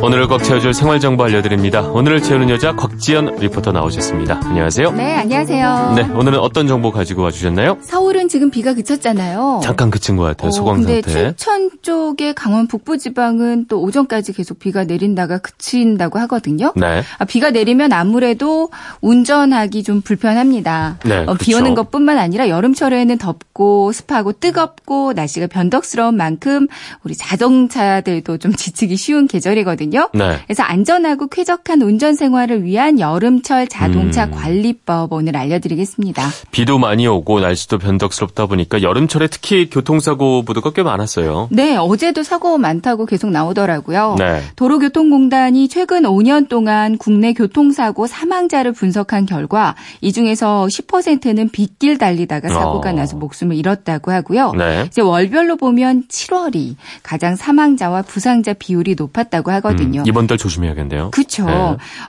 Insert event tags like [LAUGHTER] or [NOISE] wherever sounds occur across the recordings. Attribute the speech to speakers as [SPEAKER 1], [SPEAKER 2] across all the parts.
[SPEAKER 1] 오늘을 꽉 채워줄 생활 정보 알려드립니다. 오늘을 채우는 여자 곽지연 리포터 나오셨습니다. 안녕하세요.
[SPEAKER 2] 네, 안녕하세요.
[SPEAKER 1] 네, 오늘은 어떤 정보 가지고 와주셨나요?
[SPEAKER 2] 서울은 지금 비가 그쳤잖아요.
[SPEAKER 1] 잠깐 그친 것 같아요.
[SPEAKER 2] 어,
[SPEAKER 1] 소강
[SPEAKER 2] 근데
[SPEAKER 1] 상태.
[SPEAKER 2] 춘천 쪽에 강원 북부 지방은 또 오전까지 계속 비가 내린다가 그친다고 하거든요.
[SPEAKER 1] 네.
[SPEAKER 2] 아, 비가 내리면 아무래도 운전하기 좀 불편합니다.
[SPEAKER 1] 네,
[SPEAKER 2] 어, 비
[SPEAKER 1] 그렇죠.
[SPEAKER 2] 오는 것뿐만 아니라 여름철에는 덥고 습하고 뜨겁고 날씨가 변덕스러운 만큼 우리 자동차들도 좀 [LAUGHS] 지치기 쉬운 계절이거든요.
[SPEAKER 1] 네.
[SPEAKER 2] 그래서 안전하고 쾌적한 운전 생활을 위한 여름철 자동차
[SPEAKER 1] 음.
[SPEAKER 2] 관리법 오늘 알려드리겠습니다.
[SPEAKER 1] 비도 많이 오고 날씨도 변덕스럽다 보니까 여름철에 특히 교통사고 보도가 꽤 많았어요.
[SPEAKER 2] 네, 어제도 사고 많다고 계속 나오더라고요.
[SPEAKER 1] 네.
[SPEAKER 2] 도로교통공단이 최근 5년 동안 국내 교통사고 사망자를 분석한 결과 이 중에서 10%는 빗길 달리다가 사고가
[SPEAKER 1] 어.
[SPEAKER 2] 나서 목숨을 잃었다고 하고요.
[SPEAKER 1] 네.
[SPEAKER 2] 이제 월별로 보면 7월이 가장 사망자와 부상자 비율이 높았다고
[SPEAKER 1] 음,
[SPEAKER 2] 하거든요.
[SPEAKER 1] 이번 달 조심해야겠네요.
[SPEAKER 2] 그렇죠.
[SPEAKER 1] 네.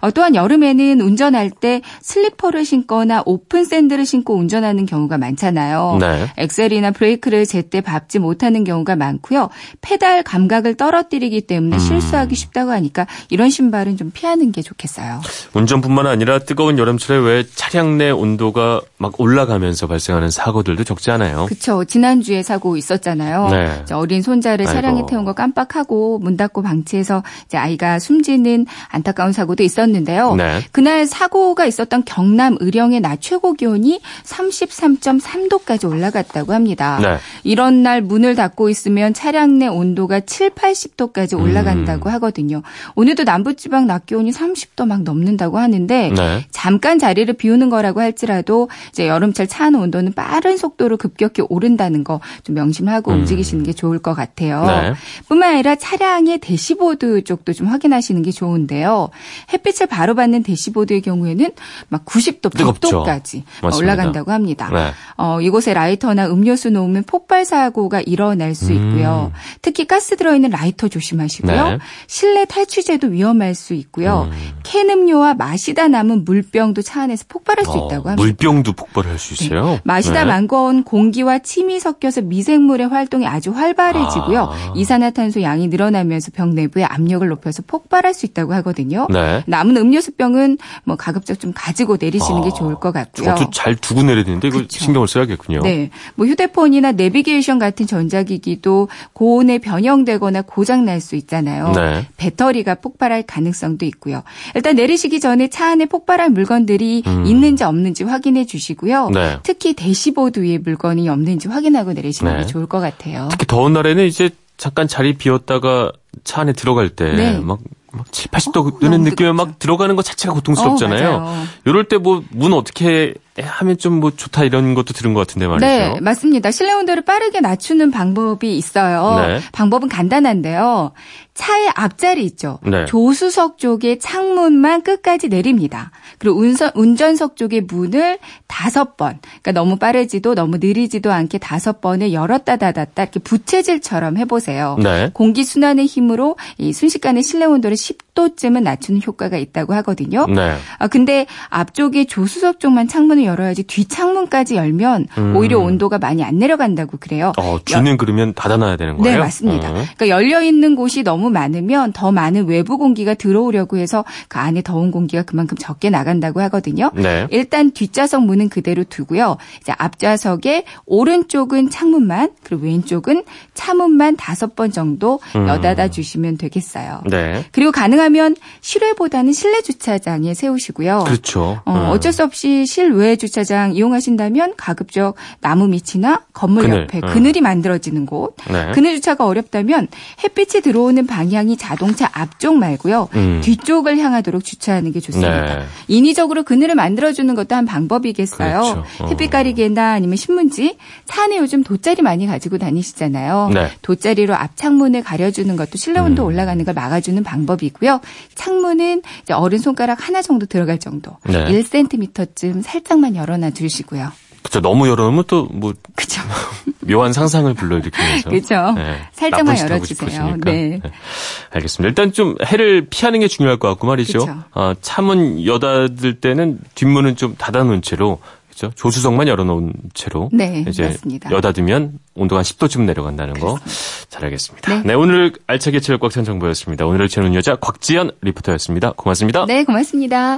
[SPEAKER 2] 어, 또한 여름에는 운전할 때 슬리퍼를 신거나 오픈 샌들을 신고 운전하는 경우가 많잖아요.
[SPEAKER 1] 네.
[SPEAKER 2] 엑셀이나 브레이크를 제때 밟지 못하는 경우가 많고요. 페달 감각을 떨어뜨리기 때문에
[SPEAKER 1] 음.
[SPEAKER 2] 실수하기 쉽다고 하니까 이런 신발은 좀 피하는 게 좋겠어요.
[SPEAKER 1] 운전뿐만 아니라 뜨거운 여름철에 왜 차량 내 온도가 막 올라가면서 발생하는 사고들도 적지 않아요.
[SPEAKER 2] 그렇죠. 지난주에 사고 있었잖아요.
[SPEAKER 1] 네.
[SPEAKER 2] 이제 어린 손자를 차량에
[SPEAKER 1] 아이고.
[SPEAKER 2] 태운 거 깜빡하고 문 닫고 방치해서 이제 아이가 숨지는 안타까운 사고도 있었는데요.
[SPEAKER 1] 네.
[SPEAKER 2] 그날 사고가 있었던 경남 의령의 낮 최고 기온이 33.3도까지 올라갔다고 합니다.
[SPEAKER 1] 네.
[SPEAKER 2] 이런 날 문을 닫고 있으면 차량 내 온도가 7, 80도까지
[SPEAKER 1] 음.
[SPEAKER 2] 올라간다고 하거든요. 오늘도 남부지방 낮 기온이 30도 막 넘는다고 하는데
[SPEAKER 1] 네.
[SPEAKER 2] 잠깐 자리를 비우는 거라고 할지라도 이제 여름철 차 안의 온도는 빠른 속도로 급격히 오른다는 거 좀 명심하고
[SPEAKER 1] 음.
[SPEAKER 2] 움직이시는 게 좋을 것 같아요.
[SPEAKER 1] 네.
[SPEAKER 2] 뿐만 아니라 차량의 대시보드 쪽도 좀 확인하시는 게 좋은데요. 햇빛을 바로 받는 대시보드의 경우에는 막 90도,
[SPEAKER 1] 뜨겁죠.
[SPEAKER 2] 100도까지
[SPEAKER 1] 맞습니다.
[SPEAKER 2] 올라간다고 합니다.
[SPEAKER 1] 네.
[SPEAKER 2] 어, 이곳에 라이터나 음료수 놓으면 폭발 사고가 일어날 수
[SPEAKER 1] 음.
[SPEAKER 2] 있고요. 특히 가스 들어있는 라이터 조심하시고요.
[SPEAKER 1] 네.
[SPEAKER 2] 실내 탈취제도 위험할 수 있고요.
[SPEAKER 1] 음.
[SPEAKER 2] 캔 음료와 마시다 남은 물병도 차 안에서 폭발할 수
[SPEAKER 1] 어,
[SPEAKER 2] 있다고 합니다.
[SPEAKER 1] 물병도 폭발할 수 있어요.
[SPEAKER 2] 마시다
[SPEAKER 1] 네.
[SPEAKER 2] 망거운 공기와 침이 섞여서 미생물의 활동이 아주 활발해지고요.
[SPEAKER 1] 아.
[SPEAKER 2] 이산화탄소 양이 늘어나면서 병 내부의 압력을 높여서 폭발할 수 있다고 하거든요.
[SPEAKER 1] 네.
[SPEAKER 2] 남은 음료수병은 뭐 가급적 좀 가지고 내리시는 게
[SPEAKER 1] 아.
[SPEAKER 2] 좋을 것 같고요.
[SPEAKER 1] 저도 잘 두고 내려야 되는데 이거
[SPEAKER 2] 그쵸.
[SPEAKER 1] 신경을 써야겠군요.
[SPEAKER 2] 네. 뭐 휴대폰이나 내비게이션 같은 전자기기도 고온에 변형되거나 고장 날 수 있잖아요.
[SPEAKER 1] 네.
[SPEAKER 2] 배터리가 폭발할 가능성도 있고요. 일단 내리시기 전에 차 안에 폭발할 물건들이
[SPEAKER 1] 음.
[SPEAKER 2] 있는지 없는지 확인해 주시고요.
[SPEAKER 1] 네.
[SPEAKER 2] 특히 대시보드 위에 물건이 없는지 확인하고 내리시는
[SPEAKER 1] 네.
[SPEAKER 2] 게 좋을 것 같아요.
[SPEAKER 1] 특히 더운 날에는 이제 잠깐 자리 비웠다가 차 안에 들어갈 때
[SPEAKER 2] 네.
[SPEAKER 1] 막, 막 7, 80도
[SPEAKER 2] 어,
[SPEAKER 1] 뜨는
[SPEAKER 2] 너무
[SPEAKER 1] 느낌에
[SPEAKER 2] 뜨겁죠.
[SPEAKER 1] 막 들어가는 것 자체가 고통스럽잖아요.
[SPEAKER 2] 어, 맞아요.
[SPEAKER 1] 이럴 때 뭐 문 어떻게 하면 좀 뭐 좋다 이런 것도 들은 것 같은데 말이죠.
[SPEAKER 2] 네, 맞습니다. 실내 온도를 빠르게 낮추는 방법이 있어요.
[SPEAKER 1] 네.
[SPEAKER 2] 방법은 간단한데요. 차의 앞자리 있죠.
[SPEAKER 1] 네.
[SPEAKER 2] 조수석 쪽의 창문만 끝까지 내립니다. 그리고 운전, 석 쪽의 문을 다섯 번, 그러니까 너무 빠르지도 너무 느리지도 않게 다섯 번을 열었다 닫았다 이렇게 부채질처럼 해보세요.
[SPEAKER 1] 네.
[SPEAKER 2] 공기 순환의 힘으로 이 순식간에 실내 온도를 10도쯤은 낮추는 효과가 있다고 하거든요.
[SPEAKER 1] 네.
[SPEAKER 2] 아, 근데 앞쪽에 조수석 쪽만 창문을 열어야지 뒷창문까지 열면
[SPEAKER 1] 음.
[SPEAKER 2] 오히려 온도가 많이 안 내려간다고 그래요.
[SPEAKER 1] 어, 뒤는 그러면 닫아놔야 되는 거예요?
[SPEAKER 2] 네, 맞습니다.
[SPEAKER 1] 음.
[SPEAKER 2] 그러니까 열려 있는 곳이 너무 많으면 더 많은 외부 공기가 들어오려고 해서 그 안에 더운 공기가 그만큼 적게 나간다고 하거든요.
[SPEAKER 1] 네.
[SPEAKER 2] 일단 뒷좌석 문은 그대로 두고요. 이제 앞좌석의 오른쪽은 창문만 그리고 왼쪽은 차문만 다섯 번 정도
[SPEAKER 1] 음.
[SPEAKER 2] 여닫아 주시면 되겠어요.
[SPEAKER 1] 네.
[SPEAKER 2] 그리고 가능하면 실외보다는 실내 주차장에 세우시고요.
[SPEAKER 1] 그렇죠.
[SPEAKER 2] 어,
[SPEAKER 1] 음.
[SPEAKER 2] 어쩔 수 없이 실외 주차장 이용하신다면 가급적 나무 밑이나 건물
[SPEAKER 1] 그늘,
[SPEAKER 2] 옆에
[SPEAKER 1] 음.
[SPEAKER 2] 그늘이 만들어지는 곳.
[SPEAKER 1] 네.
[SPEAKER 2] 그늘 주차가 어렵다면 햇빛이 들어오는 방향이 자동차 앞쪽 말고요.
[SPEAKER 1] 음.
[SPEAKER 2] 뒤쪽을 향하도록 주차하는 게 좋습니다.
[SPEAKER 1] 네.
[SPEAKER 2] 인위적으로 그늘을 만들어주는 것도 한 방법이겠어요.
[SPEAKER 1] 그렇죠. 어.
[SPEAKER 2] 햇빛 가리개나 아니면 신문지, 차 안에 요즘 돗자리 많이 가지고 다니시잖아요.
[SPEAKER 1] 네. 음.
[SPEAKER 2] 돗자리로 앞창문을 가려주는 것도 실내 온도 올라가는 걸 막아주는 방법이고요. 창문은 이제 어른 손가락 하나 정도 들어갈 정도,
[SPEAKER 1] 네.
[SPEAKER 2] 1cm쯤 살짝만 열어놔 주시고요.
[SPEAKER 1] 그렇죠. 너무 열어놓으면 또 뭐 [LAUGHS]
[SPEAKER 2] 그죠?
[SPEAKER 1] 묘한 상상을 불러일으키면서.
[SPEAKER 2] 그죠?
[SPEAKER 1] 네. 나쁜
[SPEAKER 2] 살짝만
[SPEAKER 1] 짓 하고
[SPEAKER 2] 열어주세요.
[SPEAKER 1] 싶으시니까.
[SPEAKER 2] 네.
[SPEAKER 1] 알겠습니다. 일단 좀 해를 피하는 게 중요할 것 같고 말이죠. 어,
[SPEAKER 2] 그쵸.
[SPEAKER 1] 아, 차문 여닫을 때는 뒷문은 좀 닫아놓은 채로 그랬죠. 조수석만 열어놓은 채로
[SPEAKER 2] 네,
[SPEAKER 1] 이제
[SPEAKER 2] 맞습니다.
[SPEAKER 1] 여닫으면 온도가 10도쯤 내려간다는 거 잘 알겠습니다. 네. 오늘 알차게 채울 꽉찬 정보였습니다. 오늘을 채우는 여자 곽지연 리포터였습니다. 고맙습니다.
[SPEAKER 2] 네, 고맙습니다.